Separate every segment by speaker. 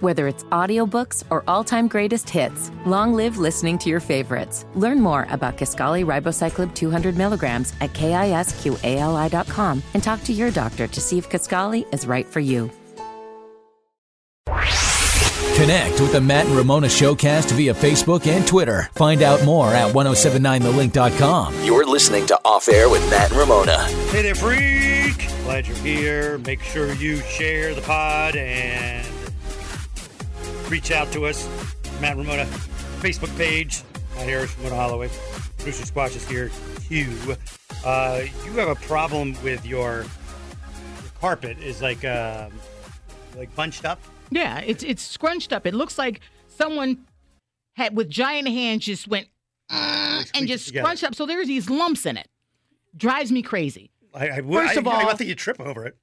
Speaker 1: Whether it's audiobooks or all-time greatest hits, long live listening to your favorites. Learn more about Kaskali Ribocyclib 200 milligrams at kisqali.com and talk to your doctor to see if Kaskali is right for you.
Speaker 2: Connect with the Matt and Ramona Showcast via Facebook and Twitter. Find out more at 1079thelink.com. You're listening to Off Air with Matt and Ramona.
Speaker 3: Hey there, freak! Glad you're here. Make sure you share the pod and reach out to us. Matt Ramona, Facebook page. Matt Harris, Ramona Holloway. Producer Squash is here. Q. Uh, you have a problem with your, your carpet is like um like bunched up.
Speaker 4: Yeah, it's it's scrunched up. It looks like someone had with giant hands just went "Uh," and
Speaker 3: squeezed
Speaker 4: just
Speaker 3: it together.
Speaker 4: scrunched up. So there's these lumps in it. Drives me crazy.
Speaker 3: I, I would.
Speaker 4: First of
Speaker 3: I, I,
Speaker 4: all-
Speaker 3: think you trip over it.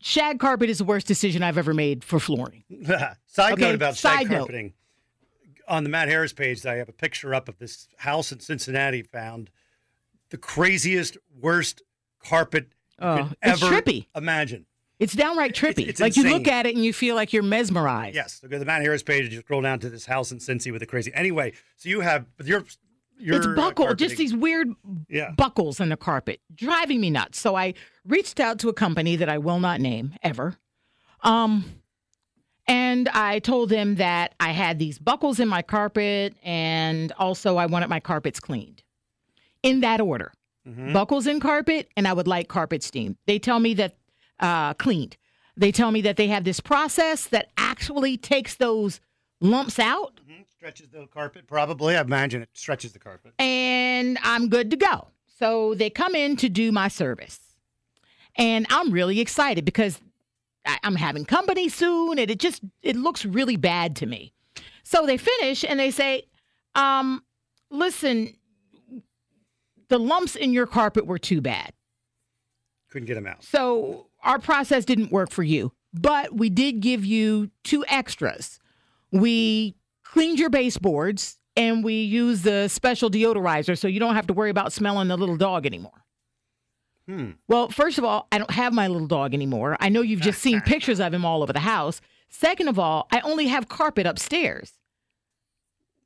Speaker 4: Shag carpet is the worst decision I've ever made for flooring.
Speaker 3: side
Speaker 4: Okay,
Speaker 3: note about shag
Speaker 4: side note.
Speaker 3: carpeting. On the Matt Harris page, I have a picture up of this house in Cincinnati found the craziest, worst carpet you
Speaker 4: Oh,
Speaker 3: could
Speaker 4: it's
Speaker 3: ever
Speaker 4: trippy.
Speaker 3: imagine.
Speaker 4: It's downright trippy.
Speaker 3: it's
Speaker 4: like you look
Speaker 3: insane.
Speaker 4: at it and you feel like you're mesmerized.
Speaker 3: Yes, so go to the Matt Harris page and just scroll down to this house in Cincy with the crazy. Anyway, so you have but your your
Speaker 4: it's
Speaker 3: uh,
Speaker 4: buckle,
Speaker 3: carpeting-
Speaker 4: just these weird
Speaker 3: Yeah.
Speaker 4: buckles in the carpet, driving me nuts. So I reached out to a company that I will not name ever. Um, and I told them that I had these buckles in my carpet and also I wanted my carpets cleaned in that order buckles in carpet, and I would like carpet steam. They tell me that uh, cleaned. They tell me that they have this process that actually takes those lumps out
Speaker 3: Mhm, stretches the carpet. Probably, I imagine it stretches the carpet.
Speaker 4: and I'm good to go. So they come in to do my service. And I'm really excited because I, I'm having company soon and it just it looks really bad to me. So they finish and they say, um, listen, the lumps in your carpet were too bad.
Speaker 3: Couldn't get them out.
Speaker 4: So our process didn't work for you, but we did give you two extras. We cleaned your baseboards and we used the special deodorizer so you don't have to worry about smelling the little dog anymore.
Speaker 3: Hmm.
Speaker 4: Well, first of all, I don't have my little dog anymore. I know you've just seen pictures of him all over the house. Second of all, I only have carpet upstairs.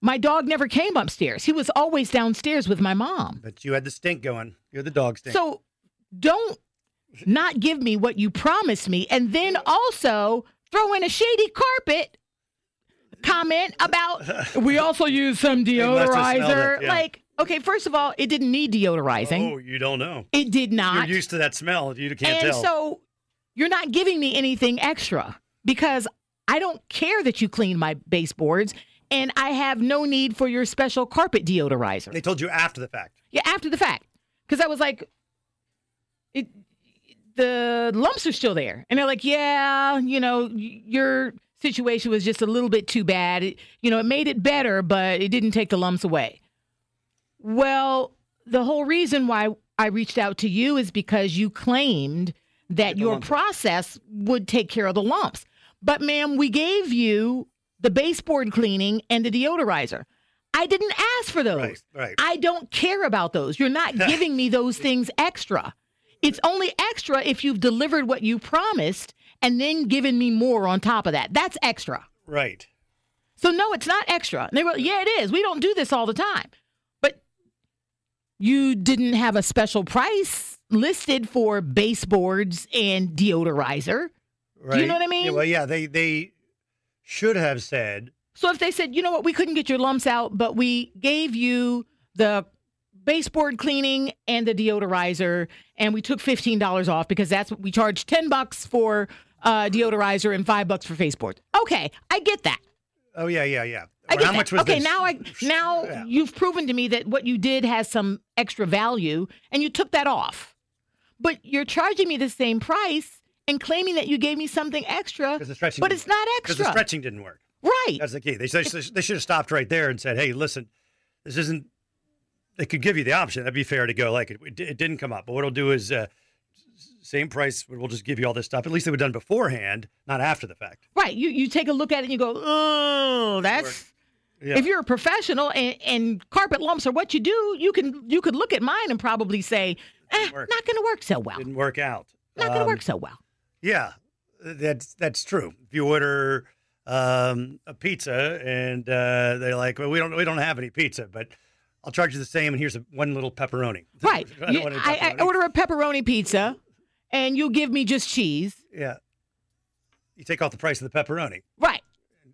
Speaker 4: My dog never came upstairs. He was always downstairs with my mom.
Speaker 3: But you had the stink going. You're the dog stink.
Speaker 4: So don't not give me what you promised me and then also throw in a shady carpet comment about we also use some
Speaker 3: must have smelled
Speaker 4: deodorizer.
Speaker 3: it, yeah.
Speaker 4: Like, okay, first of all, it didn't need deodorizing.
Speaker 3: oh, you don't know.
Speaker 4: It did not.
Speaker 3: You're used to that smell. You can't
Speaker 4: and
Speaker 3: tell.
Speaker 4: so you're not giving me anything extra because I don't care that you cleaned my baseboards and I have no need for your special carpet deodorizer.
Speaker 3: they told you after the fact.
Speaker 4: Yeah, after the fact, because I was like, it, the lumps are still there, and they're like, yeah, you know, y- your situation was just a little bit too bad. It, you know, it made it better, but it didn't take the lumps away. Well, the whole reason why I reached out to you is because you claimed that
Speaker 3: the
Speaker 4: your
Speaker 3: lumps.
Speaker 4: process would take care of the lumps. But ma'am, we gave you the baseboard cleaning and the deodorizer. I didn't ask for those.
Speaker 3: Right, right.
Speaker 4: I don't care about those. You're not giving me those things extra. It's only extra if you've delivered what you promised and then given me more on top of that. That's extra.
Speaker 3: Right.
Speaker 4: So no, it's not extra. And they were, yeah, it is. We don't do this all the time. But you didn't have a special price listed for baseboards and deodorizer.
Speaker 3: Right.
Speaker 4: know what I mean?
Speaker 3: Yeah, well, yeah. They they should have said
Speaker 4: So if they said, you know what, we couldn't get your lumps out, but we gave you the baseboard cleaning and the deodorizer, and we took fifteen dollars off because that's what we charge ten bucks for uh, deodorizer and five bucks for baseboard. Okay, I get that.
Speaker 3: Oh yeah, yeah, yeah.
Speaker 4: I
Speaker 3: Or
Speaker 4: get
Speaker 3: how
Speaker 4: that.
Speaker 3: much was
Speaker 4: okay,
Speaker 3: this?
Speaker 4: now I now
Speaker 3: Yeah.
Speaker 4: you've proven to me that what you did has some extra value, and you took that off. But you're charging me the same price and claiming that you gave me something extra,
Speaker 3: 'Cause the stretching
Speaker 4: but
Speaker 3: didn't-
Speaker 4: it's not
Speaker 3: because the
Speaker 4: extra,
Speaker 3: stretching didn't work.
Speaker 4: right?
Speaker 3: That's the key. They should, they should have stopped right there and said, "Hey, listen, this isn't." They could give you the option. That'd be fair to go. Like it, it, didn't come up, but what it'll do is uh, s- same price. but We'll just give you all this stuff. At least they were done beforehand, not after the fact.
Speaker 4: Right. You you take a look at it and you go, oh, that's.
Speaker 3: Yeah.
Speaker 4: If you're a professional and, and carpet lumps are what you do, you can you could look at mine and probably say, eh, not
Speaker 3: work.
Speaker 4: going to work so well.
Speaker 3: Didn't work out.
Speaker 4: Not going to
Speaker 3: Um,
Speaker 4: work so well.
Speaker 3: Yeah, that's that's true. If you order um, a pizza, and uh, they're like, "Well, we don't we don't have any pizza, but I'll charge you the same." And here's a, one little pepperoni.
Speaker 4: Right.
Speaker 3: I don't
Speaker 4: You-
Speaker 3: want any
Speaker 4: I, I
Speaker 3: pepperoni.
Speaker 4: order a pepperoni pizza and you give me just cheese.
Speaker 3: Yeah. You take off the price of the pepperoni.
Speaker 4: Right.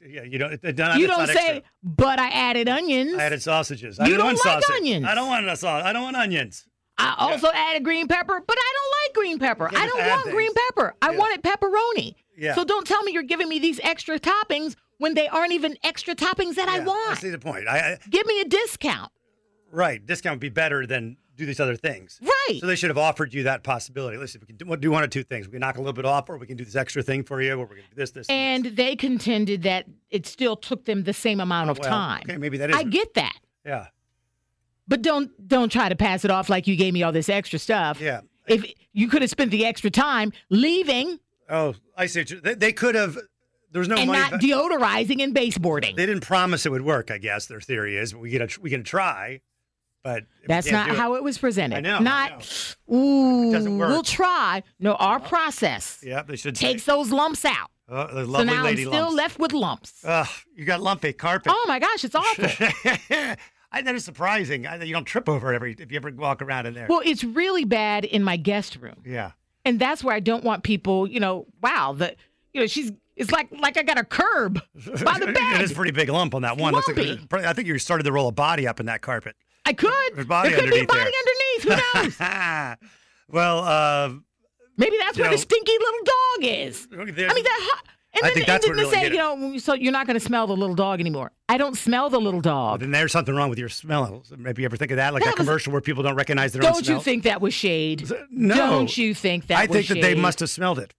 Speaker 3: Yeah, you don't. It, it, not,
Speaker 4: you
Speaker 3: it's
Speaker 4: don't
Speaker 3: not
Speaker 4: say,
Speaker 3: extra.
Speaker 4: but I added onions.
Speaker 3: I added sausages. I
Speaker 4: You
Speaker 3: didn't
Speaker 4: don't
Speaker 3: want
Speaker 4: like
Speaker 3: sausage.
Speaker 4: onions.
Speaker 3: I don't want a sauce. I don't want onions.
Speaker 4: I also added green pepper, but I don't like green pepper.
Speaker 3: You
Speaker 4: I
Speaker 3: can't
Speaker 4: don't
Speaker 3: just add
Speaker 4: want green
Speaker 3: things.
Speaker 4: pepper. I
Speaker 3: Yeah.
Speaker 4: wanted pepperoni.
Speaker 3: Yeah.
Speaker 4: So don't tell me you're giving me these extra toppings when they aren't even extra toppings that I
Speaker 3: Yeah, I
Speaker 4: want.
Speaker 3: see the point. I, I
Speaker 4: Give me a discount.
Speaker 3: right. Discount would be better than do these other things.
Speaker 4: Right.
Speaker 3: So they should have offered you that possibility. Listen, we can do, do one of two things. We can knock a little bit off, or we can do this extra thing for you, or we're going to do this, this,
Speaker 4: and
Speaker 3: this.
Speaker 4: they contended that it still took them the same amount of
Speaker 3: Well,
Speaker 4: time.
Speaker 3: Okay, maybe that is.
Speaker 4: I get that.
Speaker 3: Yeah,
Speaker 4: But don't don't try to pass it off like you gave me all this extra stuff.
Speaker 3: yeah.
Speaker 4: If you could have spent the extra time leaving
Speaker 3: Oh, I see. what you- They, they could have. There was no
Speaker 4: and
Speaker 3: money.
Speaker 4: not
Speaker 3: va-
Speaker 4: deodorizing and baseboarding.
Speaker 3: they didn't promise it would work. I guess their theory is, but we get a, we can try. But if we
Speaker 4: That's
Speaker 3: can't
Speaker 4: not
Speaker 3: do it-
Speaker 4: how it was presented.
Speaker 3: I know, I
Speaker 4: Not, ooh,
Speaker 3: doesn't work.
Speaker 4: we'll try. No, our process
Speaker 3: Yeah, they should say.
Speaker 4: takes those lumps out.
Speaker 3: Oh, the lovely
Speaker 4: so now I'm
Speaker 3: lady
Speaker 4: still
Speaker 3: lumps.
Speaker 4: left with lumps.
Speaker 3: Ugh, you got lumpy carpet.
Speaker 4: oh my gosh, it's awful.
Speaker 3: I, that is surprising. I, you don't trip over it every if you ever walk around in there.
Speaker 4: well, it's really bad in my guest room.
Speaker 3: yeah.
Speaker 4: And that's where I don't want people, you know, wow, the you know, she's it's like like I got a curb by the
Speaker 3: It is a
Speaker 4: bed.
Speaker 3: pretty big lump on that one. Looks like-
Speaker 4: Lumpy.
Speaker 3: I think you started to roll a body up in that carpet.
Speaker 4: I could.
Speaker 3: There's body
Speaker 4: there could be a
Speaker 3: underneath
Speaker 4: body
Speaker 3: there.
Speaker 4: underneath. Who knows?
Speaker 3: well, uh,
Speaker 4: Maybe that's where
Speaker 3: No.
Speaker 4: the stinky little dog is.
Speaker 3: I mean,
Speaker 4: I mean that. hu-
Speaker 3: I
Speaker 4: And then,
Speaker 3: think
Speaker 4: and
Speaker 3: that's
Speaker 4: then
Speaker 3: what really
Speaker 4: they say,
Speaker 3: did
Speaker 4: you know, so you're not going to smell the little dog anymore. I don't smell the little dog.
Speaker 3: then there's something wrong with your smell. Maybe you ever think of that, like
Speaker 4: That
Speaker 3: that
Speaker 4: was-
Speaker 3: commercial where people don't recognize their own
Speaker 4: Don't
Speaker 3: smell.
Speaker 4: you think that was shade?
Speaker 3: No.
Speaker 4: Don't you think that
Speaker 3: I
Speaker 4: was
Speaker 3: think that they
Speaker 4: shade?
Speaker 3: must have smelled it,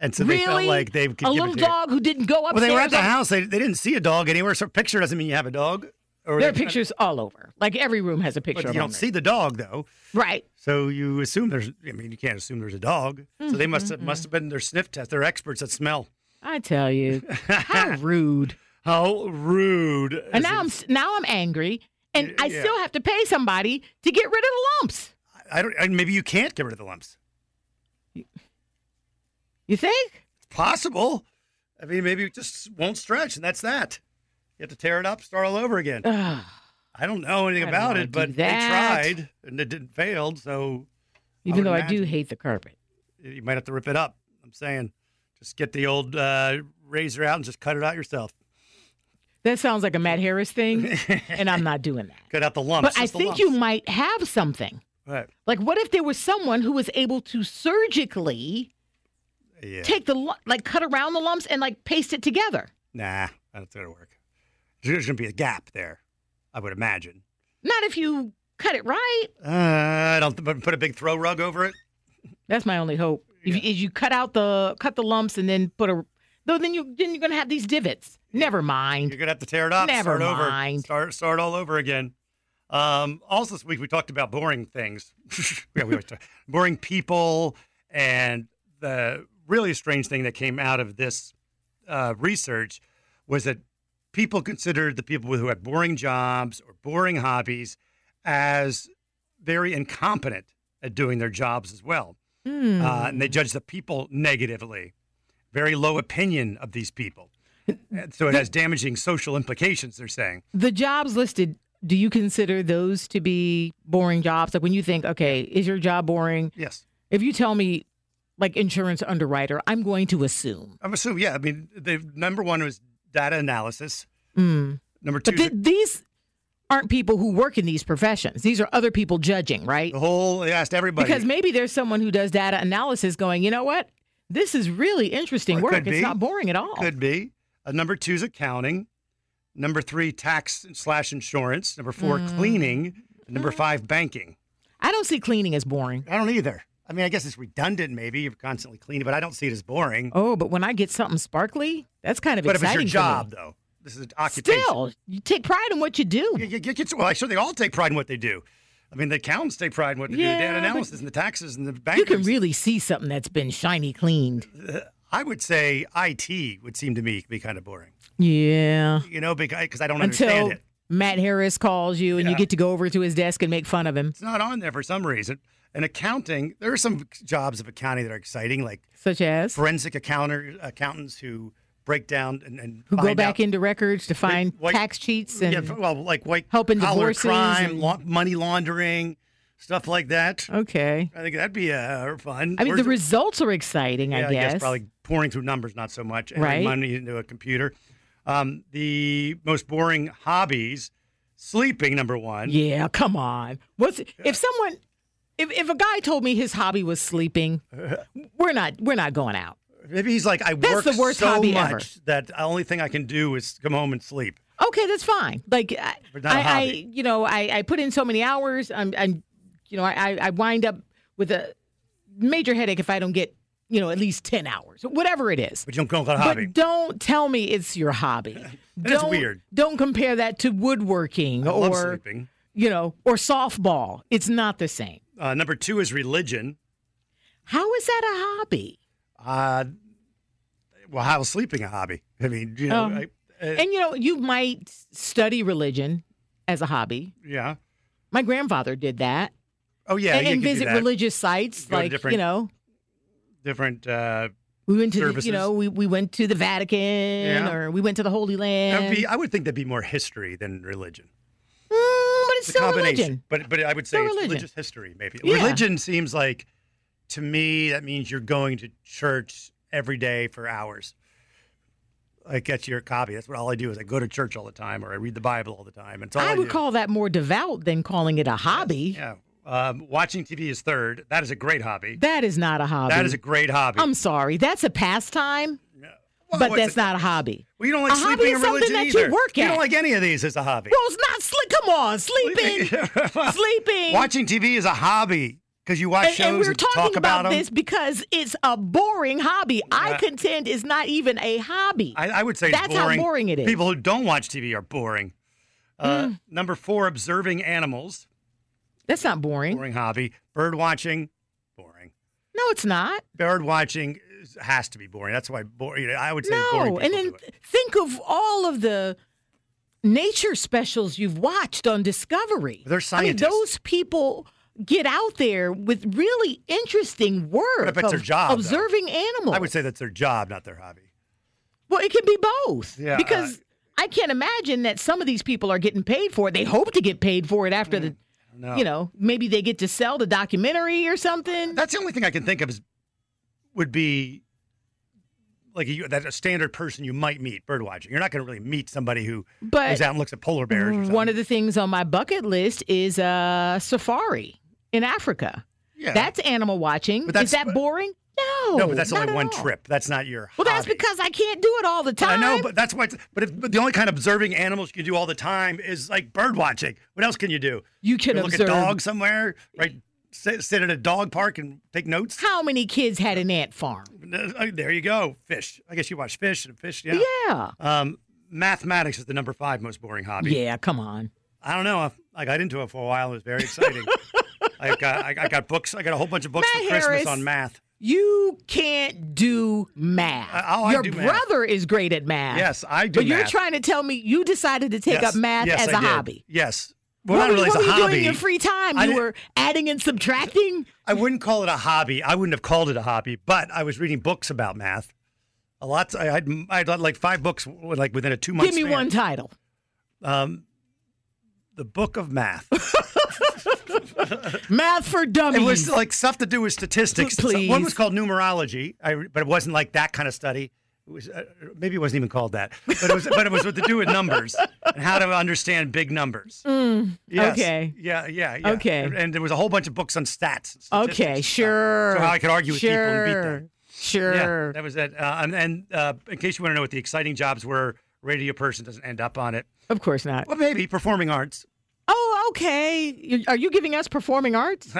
Speaker 3: and so
Speaker 4: really?
Speaker 3: they felt like they could
Speaker 4: a
Speaker 3: give it
Speaker 4: little
Speaker 3: to you.
Speaker 4: dog who didn't go
Speaker 3: Well,
Speaker 4: upstairs.
Speaker 3: they were at the house. They, they didn't see a dog anywhere. So picture doesn't mean you have a dog. Or
Speaker 4: There are
Speaker 3: they-
Speaker 4: pictures all over. Like every room has a
Speaker 3: But
Speaker 4: picture
Speaker 3: you
Speaker 4: of
Speaker 3: don't
Speaker 4: them.
Speaker 3: see the dog though,
Speaker 4: Right.
Speaker 3: so you assume there's. I mean, you can't assume there's a dog. So they must have
Speaker 4: Mm-hmm,
Speaker 3: must have been their sniff test. They're experts at smell.
Speaker 4: I tell you, how rude.
Speaker 3: How rude!
Speaker 4: And now I'm s- now I'm angry, and I
Speaker 3: yeah.
Speaker 4: still have to pay somebody to get rid of the lumps.
Speaker 3: I don't. I, maybe you can't get rid of the lumps.
Speaker 4: You think?
Speaker 3: It's possible. I mean, maybe it just won't stretch, and that's that. You have to tear it up, start all over again.
Speaker 4: Ugh,
Speaker 3: I don't know anything
Speaker 4: I don't
Speaker 3: about
Speaker 4: wanna
Speaker 3: it,
Speaker 4: do
Speaker 3: but
Speaker 4: that.
Speaker 3: they tried and it didn't failed. So
Speaker 4: even
Speaker 3: would
Speaker 4: though I do
Speaker 3: imagine.
Speaker 4: hate the carpet.
Speaker 3: you might have to rip it up. I'm saying, just get the old uh, razor out and just cut it out yourself.
Speaker 4: That sounds like a Matt Harris thing, and I'm not doing that.
Speaker 3: Cut out the lumps.
Speaker 4: But I
Speaker 3: just the
Speaker 4: think you
Speaker 3: lumps.
Speaker 4: might have something.
Speaker 3: Right.
Speaker 4: Like, what if there was someone who was able to surgically
Speaker 3: Yeah.
Speaker 4: take the lu- like cut around the lumps and like paste it together?
Speaker 3: Nah, that's gonna work. There's gonna be a gap there, I would imagine.
Speaker 4: Not if you cut it right.
Speaker 3: Uh, I don't. th- But put a big throw rug over it.
Speaker 4: That's my only hope. If, is you cut out the cut the lumps and then put a though, then you then you're gonna have these divots. Never
Speaker 3: You're
Speaker 4: mind.
Speaker 3: gonna have to tear it up.
Speaker 4: Never
Speaker 3: start Over,
Speaker 4: mind.
Speaker 3: start start all over again. Um, also, this week we talked about boring things. yeah, we always talk. boring people, and the really strange thing that came out of this uh, research was that people considered the people who had boring jobs or boring hobbies as very incompetent at doing their jobs as well. Uh, and they
Speaker 4: Hmm.
Speaker 3: judge the people negatively. Very low opinion of these people. And so it has damaging social implications, they're saying.
Speaker 4: The jobs listed. Do you consider those to be boring jobs? Like when you think, okay, is your job boring?
Speaker 3: Yes.
Speaker 4: If you tell me, like insurance underwriter, I'm going to assume.
Speaker 3: I'm assuming, yeah. I mean, the number one was data analysis. Number two,
Speaker 4: But th- these aren't people who work in these professions. These are other people judging, right?
Speaker 3: the whole, they asked everybody.
Speaker 4: Because maybe there's someone who does data analysis going, you know what? This is really interesting
Speaker 3: Or it
Speaker 4: work.
Speaker 3: could
Speaker 4: It's
Speaker 3: be.
Speaker 4: not boring at all.
Speaker 3: Could be. Uh, number two is accounting. Number three, tax slash insurance. Number four, cleaning. And number five, banking.
Speaker 4: I don't see cleaning as boring.
Speaker 3: Mm. I don't either. I mean, I guess it's redundant, maybe. You're constantly cleaning, but I don't see it as boring.
Speaker 4: Oh, but when I get something sparkly, that's kind of
Speaker 3: but if it's your
Speaker 4: exciting. for
Speaker 3: job,
Speaker 4: me.
Speaker 3: though, this is an occupation.
Speaker 4: Still, you take pride in what you do.
Speaker 3: You- you- you get- well, I'm sure they all take pride in what they do. I mean, the accountants take pride in what they do, the
Speaker 4: Yeah,
Speaker 3: data
Speaker 4: but-
Speaker 3: analysis and the taxes and the
Speaker 4: You
Speaker 3: bankers.
Speaker 4: can really see something that's been shiny cleaned.
Speaker 3: I would say IT would seem to me to be kind of boring,
Speaker 4: Yeah.
Speaker 3: you know, because I don't
Speaker 4: Until
Speaker 3: understand it.
Speaker 4: Matt Harris calls you and
Speaker 3: Yeah.
Speaker 4: you get to go over to his desk and make fun of him,
Speaker 3: It's not on there for some reason. And accounting, there are some jobs of accounting that are exciting, like
Speaker 4: such as.
Speaker 3: forensic accounter, accountants who break down and, and
Speaker 4: Who go
Speaker 3: find
Speaker 4: back
Speaker 3: out-
Speaker 4: into records to find
Speaker 3: white-
Speaker 4: tax cheats and
Speaker 3: yeah, well, like white
Speaker 4: helping
Speaker 3: collar
Speaker 4: divorces
Speaker 3: crime,
Speaker 4: and-
Speaker 3: laun- money laundering, stuff like that.
Speaker 4: okay.
Speaker 3: I think that'd be uh, fun.
Speaker 4: I mean, the
Speaker 3: Where's-
Speaker 4: results are exciting.
Speaker 3: yeah,
Speaker 4: I guess.
Speaker 3: probably pouring through numbers, not so much. entering
Speaker 4: Right.
Speaker 3: Money into a computer. Um, the most boring hobbies: sleeping, number one.
Speaker 4: Yeah, come on. What's if someone if if a guy told me his hobby was sleeping, we're not we're not going out.
Speaker 3: Maybe he's like, I
Speaker 4: That's
Speaker 3: work
Speaker 4: the worst
Speaker 3: so
Speaker 4: hobby ever.
Speaker 3: much that the only thing I can do is come home and sleep.
Speaker 4: Okay, that's fine. Like I,
Speaker 3: But not a
Speaker 4: I, I
Speaker 3: hobby.
Speaker 4: you know, I, I put in so many hours. I'm, I'm you know, I, I wind up with a major headache if I don't get, you know, at least ten hours, whatever it is.
Speaker 3: But you don't call it a hobby.
Speaker 4: But don't tell me it's your hobby.
Speaker 3: is
Speaker 4: don't,
Speaker 3: weird.
Speaker 4: Don't compare that to woodworking
Speaker 3: I love
Speaker 4: or
Speaker 3: sleeping.
Speaker 4: you know or softball. It's not the same.
Speaker 3: Uh, number two is religion.
Speaker 4: How is that a hobby?
Speaker 3: Uh, well, how is sleeping a hobby? I mean, you know,
Speaker 4: Um,
Speaker 3: I, uh,
Speaker 4: And you know, you might study religion as a hobby.
Speaker 3: yeah.
Speaker 4: My grandfather did that.
Speaker 3: Oh yeah,
Speaker 4: and
Speaker 3: you
Speaker 4: and
Speaker 3: could do
Speaker 4: visit
Speaker 3: that.
Speaker 4: religious sites
Speaker 3: Go to
Speaker 4: like,
Speaker 3: different-
Speaker 4: you know,
Speaker 3: different. Uh,
Speaker 4: we went to the,
Speaker 3: services.
Speaker 4: you know, we, we went to the Vatican
Speaker 3: Yeah.
Speaker 4: or we went to the Holy
Speaker 3: that would
Speaker 4: Land.
Speaker 3: be, I would think that'd be more history than religion.
Speaker 4: Mm, but
Speaker 3: It's
Speaker 4: it's,
Speaker 3: a
Speaker 4: still
Speaker 3: combination,
Speaker 4: religion.
Speaker 3: but but I would say
Speaker 4: Still
Speaker 3: it's
Speaker 4: religion.
Speaker 3: religious history. Maybe
Speaker 4: Yeah.
Speaker 3: religion seems like to me that means you're going to church every day for hours. Like that's your copy. That's what all I do is I go to church all the time, or I read the Bible all the time. It's all I,
Speaker 4: I would
Speaker 3: do.
Speaker 4: call that more devout than calling it a hobby.
Speaker 3: Yeah, um, watching TV is third. That is a great hobby.
Speaker 4: That is not a hobby.
Speaker 3: That is a great hobby.
Speaker 4: I'm sorry. That's a pastime,
Speaker 3: Well,
Speaker 4: but
Speaker 3: what's
Speaker 4: that's
Speaker 3: it-
Speaker 4: not a hobby.
Speaker 3: Well, you don't like
Speaker 4: a hobby
Speaker 3: sleeping
Speaker 4: is
Speaker 3: or
Speaker 4: something
Speaker 3: religion
Speaker 4: that you
Speaker 3: either.
Speaker 4: work
Speaker 3: don't
Speaker 4: at.
Speaker 3: like any of these as a hobby.
Speaker 4: Well, it's not sleep. Come on, sleeping. sleeping.
Speaker 3: Watching TV is a hobby because you watch
Speaker 4: and,
Speaker 3: shows
Speaker 4: and we we're talking
Speaker 3: talk about,
Speaker 4: about,
Speaker 3: them.
Speaker 4: this because it's a boring hobby. I
Speaker 3: Yeah.
Speaker 4: contend is not even a hobby.
Speaker 3: I, I would say it's
Speaker 4: That's how boring it is. Mm.
Speaker 3: People who don't watch TV are boring. Uh, Number four, observing animals,
Speaker 4: That's not boring.
Speaker 3: boring hobby. Bird watching, boring.
Speaker 4: No, it's not.
Speaker 3: Bird watching is- has to be boring. That's why boring. I would say boring.
Speaker 4: No,
Speaker 3: People
Speaker 4: and then
Speaker 3: do it.
Speaker 4: think of all of the nature specials you've watched on Discovery.
Speaker 3: They're scientists.
Speaker 4: I mean, those people get out there with really interesting work.
Speaker 3: if it's
Speaker 4: of
Speaker 3: their job, though?
Speaker 4: Observing animals.
Speaker 3: I would say that's their job, not their hobby.
Speaker 4: Well, it can be both.
Speaker 3: Yeah,
Speaker 4: Because I can't imagine that some of these people are getting paid for it. They hope to get paid for it after the,
Speaker 3: No.
Speaker 4: you know, maybe they get to sell the documentary or something.
Speaker 3: That's the only thing I can think of is would be like a, that a standard person you might meet bird watching. You're not going to really meet somebody who
Speaker 4: But
Speaker 3: goes out and looks at polar bears. Or something.
Speaker 4: One of the things on my bucket list is a safari in Africa.
Speaker 3: yeah.
Speaker 4: That's animal watching.
Speaker 3: But
Speaker 4: is
Speaker 3: that's-
Speaker 4: that boring? No.
Speaker 3: no, but that's
Speaker 4: not
Speaker 3: only
Speaker 4: at
Speaker 3: one
Speaker 4: all.
Speaker 3: trip. That's not your.
Speaker 4: Well, that's
Speaker 3: hobby.
Speaker 4: because I can't do it all
Speaker 3: I
Speaker 4: the time.
Speaker 3: know, but that's why. It's, but if but the only kind of observing animals you can do all the time is like bird watching. What else can you do?
Speaker 4: you can
Speaker 3: Go look
Speaker 4: observe
Speaker 3: at dogs somewhere, right? Sit, sit at a dog park and take notes.
Speaker 4: how many kids had an ant farm.
Speaker 3: Uh, There you go. Fish. I guess you watch fish and fish. Yeah.
Speaker 4: Yeah.
Speaker 3: Um, mathematics is the number five most boring hobby.
Speaker 4: Yeah, come on.
Speaker 3: I don't know. I, I got into it for a while. It was very exciting. I got I, I got books. I got a whole bunch of books
Speaker 4: Matt
Speaker 3: for Christmas
Speaker 4: Harris.
Speaker 3: on math.
Speaker 4: You can't do math.
Speaker 3: I- oh, I
Speaker 4: Your
Speaker 3: do math.
Speaker 4: brother is great at math.
Speaker 3: Yes, I do.
Speaker 4: But you're
Speaker 3: math.
Speaker 4: trying to tell me you decided to take
Speaker 3: Yes.
Speaker 4: up math
Speaker 3: Yes,
Speaker 4: as
Speaker 3: I
Speaker 4: a
Speaker 3: did.
Speaker 4: hobby.
Speaker 3: Yes. Well,
Speaker 4: what
Speaker 3: not
Speaker 4: were,
Speaker 3: really
Speaker 4: you-
Speaker 3: as
Speaker 4: what
Speaker 3: a
Speaker 4: were you
Speaker 3: hobby.
Speaker 4: doing in your free time?
Speaker 3: I
Speaker 4: you
Speaker 3: didn't-
Speaker 4: were adding and subtracting?
Speaker 3: I wouldn't call it a hobby. I wouldn't have called it a hobby, but I was reading books about math. A lot. I had I had like five books like within a two month.
Speaker 4: Give me one title.
Speaker 3: Um, the book of math.
Speaker 4: Math for dummies.
Speaker 3: it was like stuff to do with statistics.
Speaker 4: P- please.
Speaker 3: One was called numerology, I, but it wasn't like that kind of study. It was, uh, maybe it wasn't even called that, but it was. but it was what to do with numbers and how to understand big numbers. Yes.
Speaker 4: Mm, okay.
Speaker 3: Yeah. Yeah. yeah.
Speaker 4: Okay.
Speaker 3: And, and there was a whole bunch of books on stats. and statistics and
Speaker 4: Okay,
Speaker 3: stuff.
Speaker 4: sure.
Speaker 3: So how I could argue with
Speaker 4: sure.
Speaker 3: people and beat them. Yeah,
Speaker 4: Sure.
Speaker 3: that was it. Uh, and and uh, in case you want to know what the exciting jobs were, radio person doesn't end up on it.
Speaker 4: of course not.
Speaker 3: Well, maybe performing arts.
Speaker 4: Oh, okay. You- Are you giving us performing arts?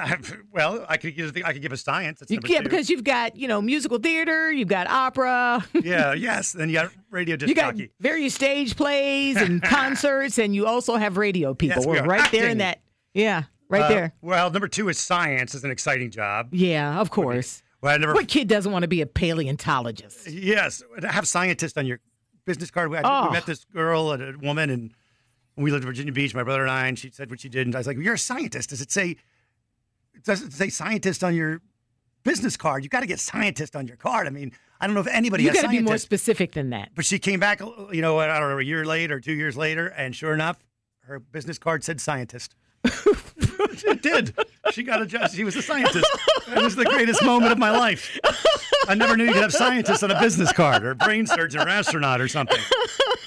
Speaker 3: well, I could give I could give a science. That's
Speaker 4: You
Speaker 3: number
Speaker 4: yeah,
Speaker 3: two.
Speaker 4: because you've got, you know, musical theater, you've got opera,
Speaker 3: yeah, yes. Then you got radio disc
Speaker 4: you got
Speaker 3: jockey.
Speaker 4: various stage plays and concerts, and you also have radio people.
Speaker 3: Yes, we
Speaker 4: We're
Speaker 3: are
Speaker 4: right there
Speaker 3: acting.
Speaker 4: in that. Yeah, right
Speaker 3: Uh,
Speaker 4: there.
Speaker 3: Well, number two is science is an exciting job.
Speaker 4: Yeah, of course.
Speaker 3: Well, I never.
Speaker 4: What kid doesn't want to be a paleontologist?
Speaker 3: Yes, to have scientist on your business card. We, had-
Speaker 4: Oh.
Speaker 3: we met this girl and a woman, and we lived in Virginia Beach. My brother and I, and she said what she did, and I was like, "You're a scientist. Does it say? Does it say scientist on your business card? You got to get scientist on your card. I mean, I don't know if anybody
Speaker 4: You
Speaker 3: has
Speaker 4: got to be more
Speaker 3: scientists.
Speaker 4: specific than that.
Speaker 3: But she came back, you know, I don't know, a year later, two years later, and sure enough, her business card said scientist. it did. She got a job. She was a scientist. It was the greatest moment of my life. I never knew you could have scientist on a business card or brain surgeon or astronaut or something.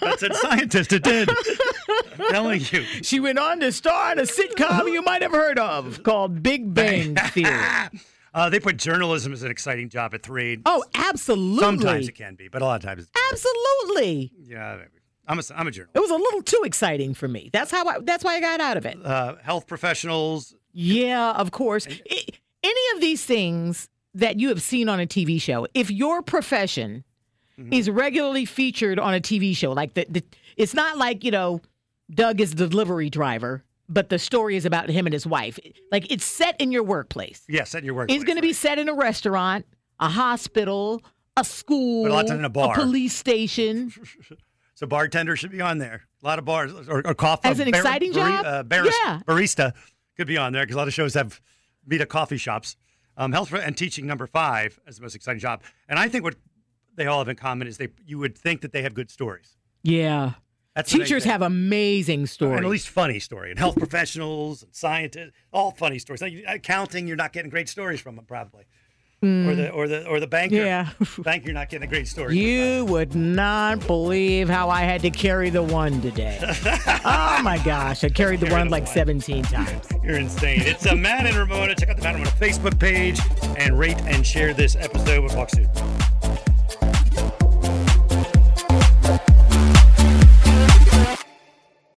Speaker 3: That said scientist. It did. I'm telling you.
Speaker 4: She went on to star in a sitcom you might have heard of called Big Bang Theory.
Speaker 3: Uh, they put journalism as an exciting job at three.
Speaker 4: Oh, absolutely.
Speaker 3: Sometimes it can be, but a lot of times, it's,
Speaker 4: Absolutely.
Speaker 3: yeah. I'm a, I'm a journalist.
Speaker 4: It was a little too exciting for me. That's how I that's why I got out of it.
Speaker 3: Uh, health professionals,
Speaker 4: Yeah, of course. I any of these things that you have seen on a TV show, if your profession
Speaker 3: Mm-hmm.
Speaker 4: is regularly featured on a TV show, like the, the it's not like, you know, Doug is the delivery driver, but the story is about him and his wife. Like it's set in your workplace.
Speaker 3: yes, at your workplace.
Speaker 4: It's going to be set in a restaurant, a hospital, a school,
Speaker 3: But lots in a bar.
Speaker 4: police station.
Speaker 3: So bartender should be on there. A lot of bars or, or coffee
Speaker 4: As an exciting job?
Speaker 3: Uh, barista,
Speaker 4: Yeah.
Speaker 3: barista could be on there because a lot of shows have meet at coffee shops. Um, health re- and teaching number five is the most exciting job, and I think what they all have in common is they you would think that they have good stories.
Speaker 4: Yeah.
Speaker 3: That's what I
Speaker 4: Teachers
Speaker 3: think.
Speaker 4: have amazing stories.
Speaker 3: And at least funny story. And health professionals and scientists, all funny stories. Now, you- accounting, you're not getting great stories from them probably. Or the or the or the banker.
Speaker 4: Hmm. Yeah.
Speaker 3: banker, you're not getting a great story.
Speaker 4: You would not believe how I had to carry the one today. oh my gosh, I carried the one like 17 times.
Speaker 3: You're insane. It's uh, a Matt and Ramona. Check out the Matt and Ramona Facebook page and rate and share this episode. We'll talk soon.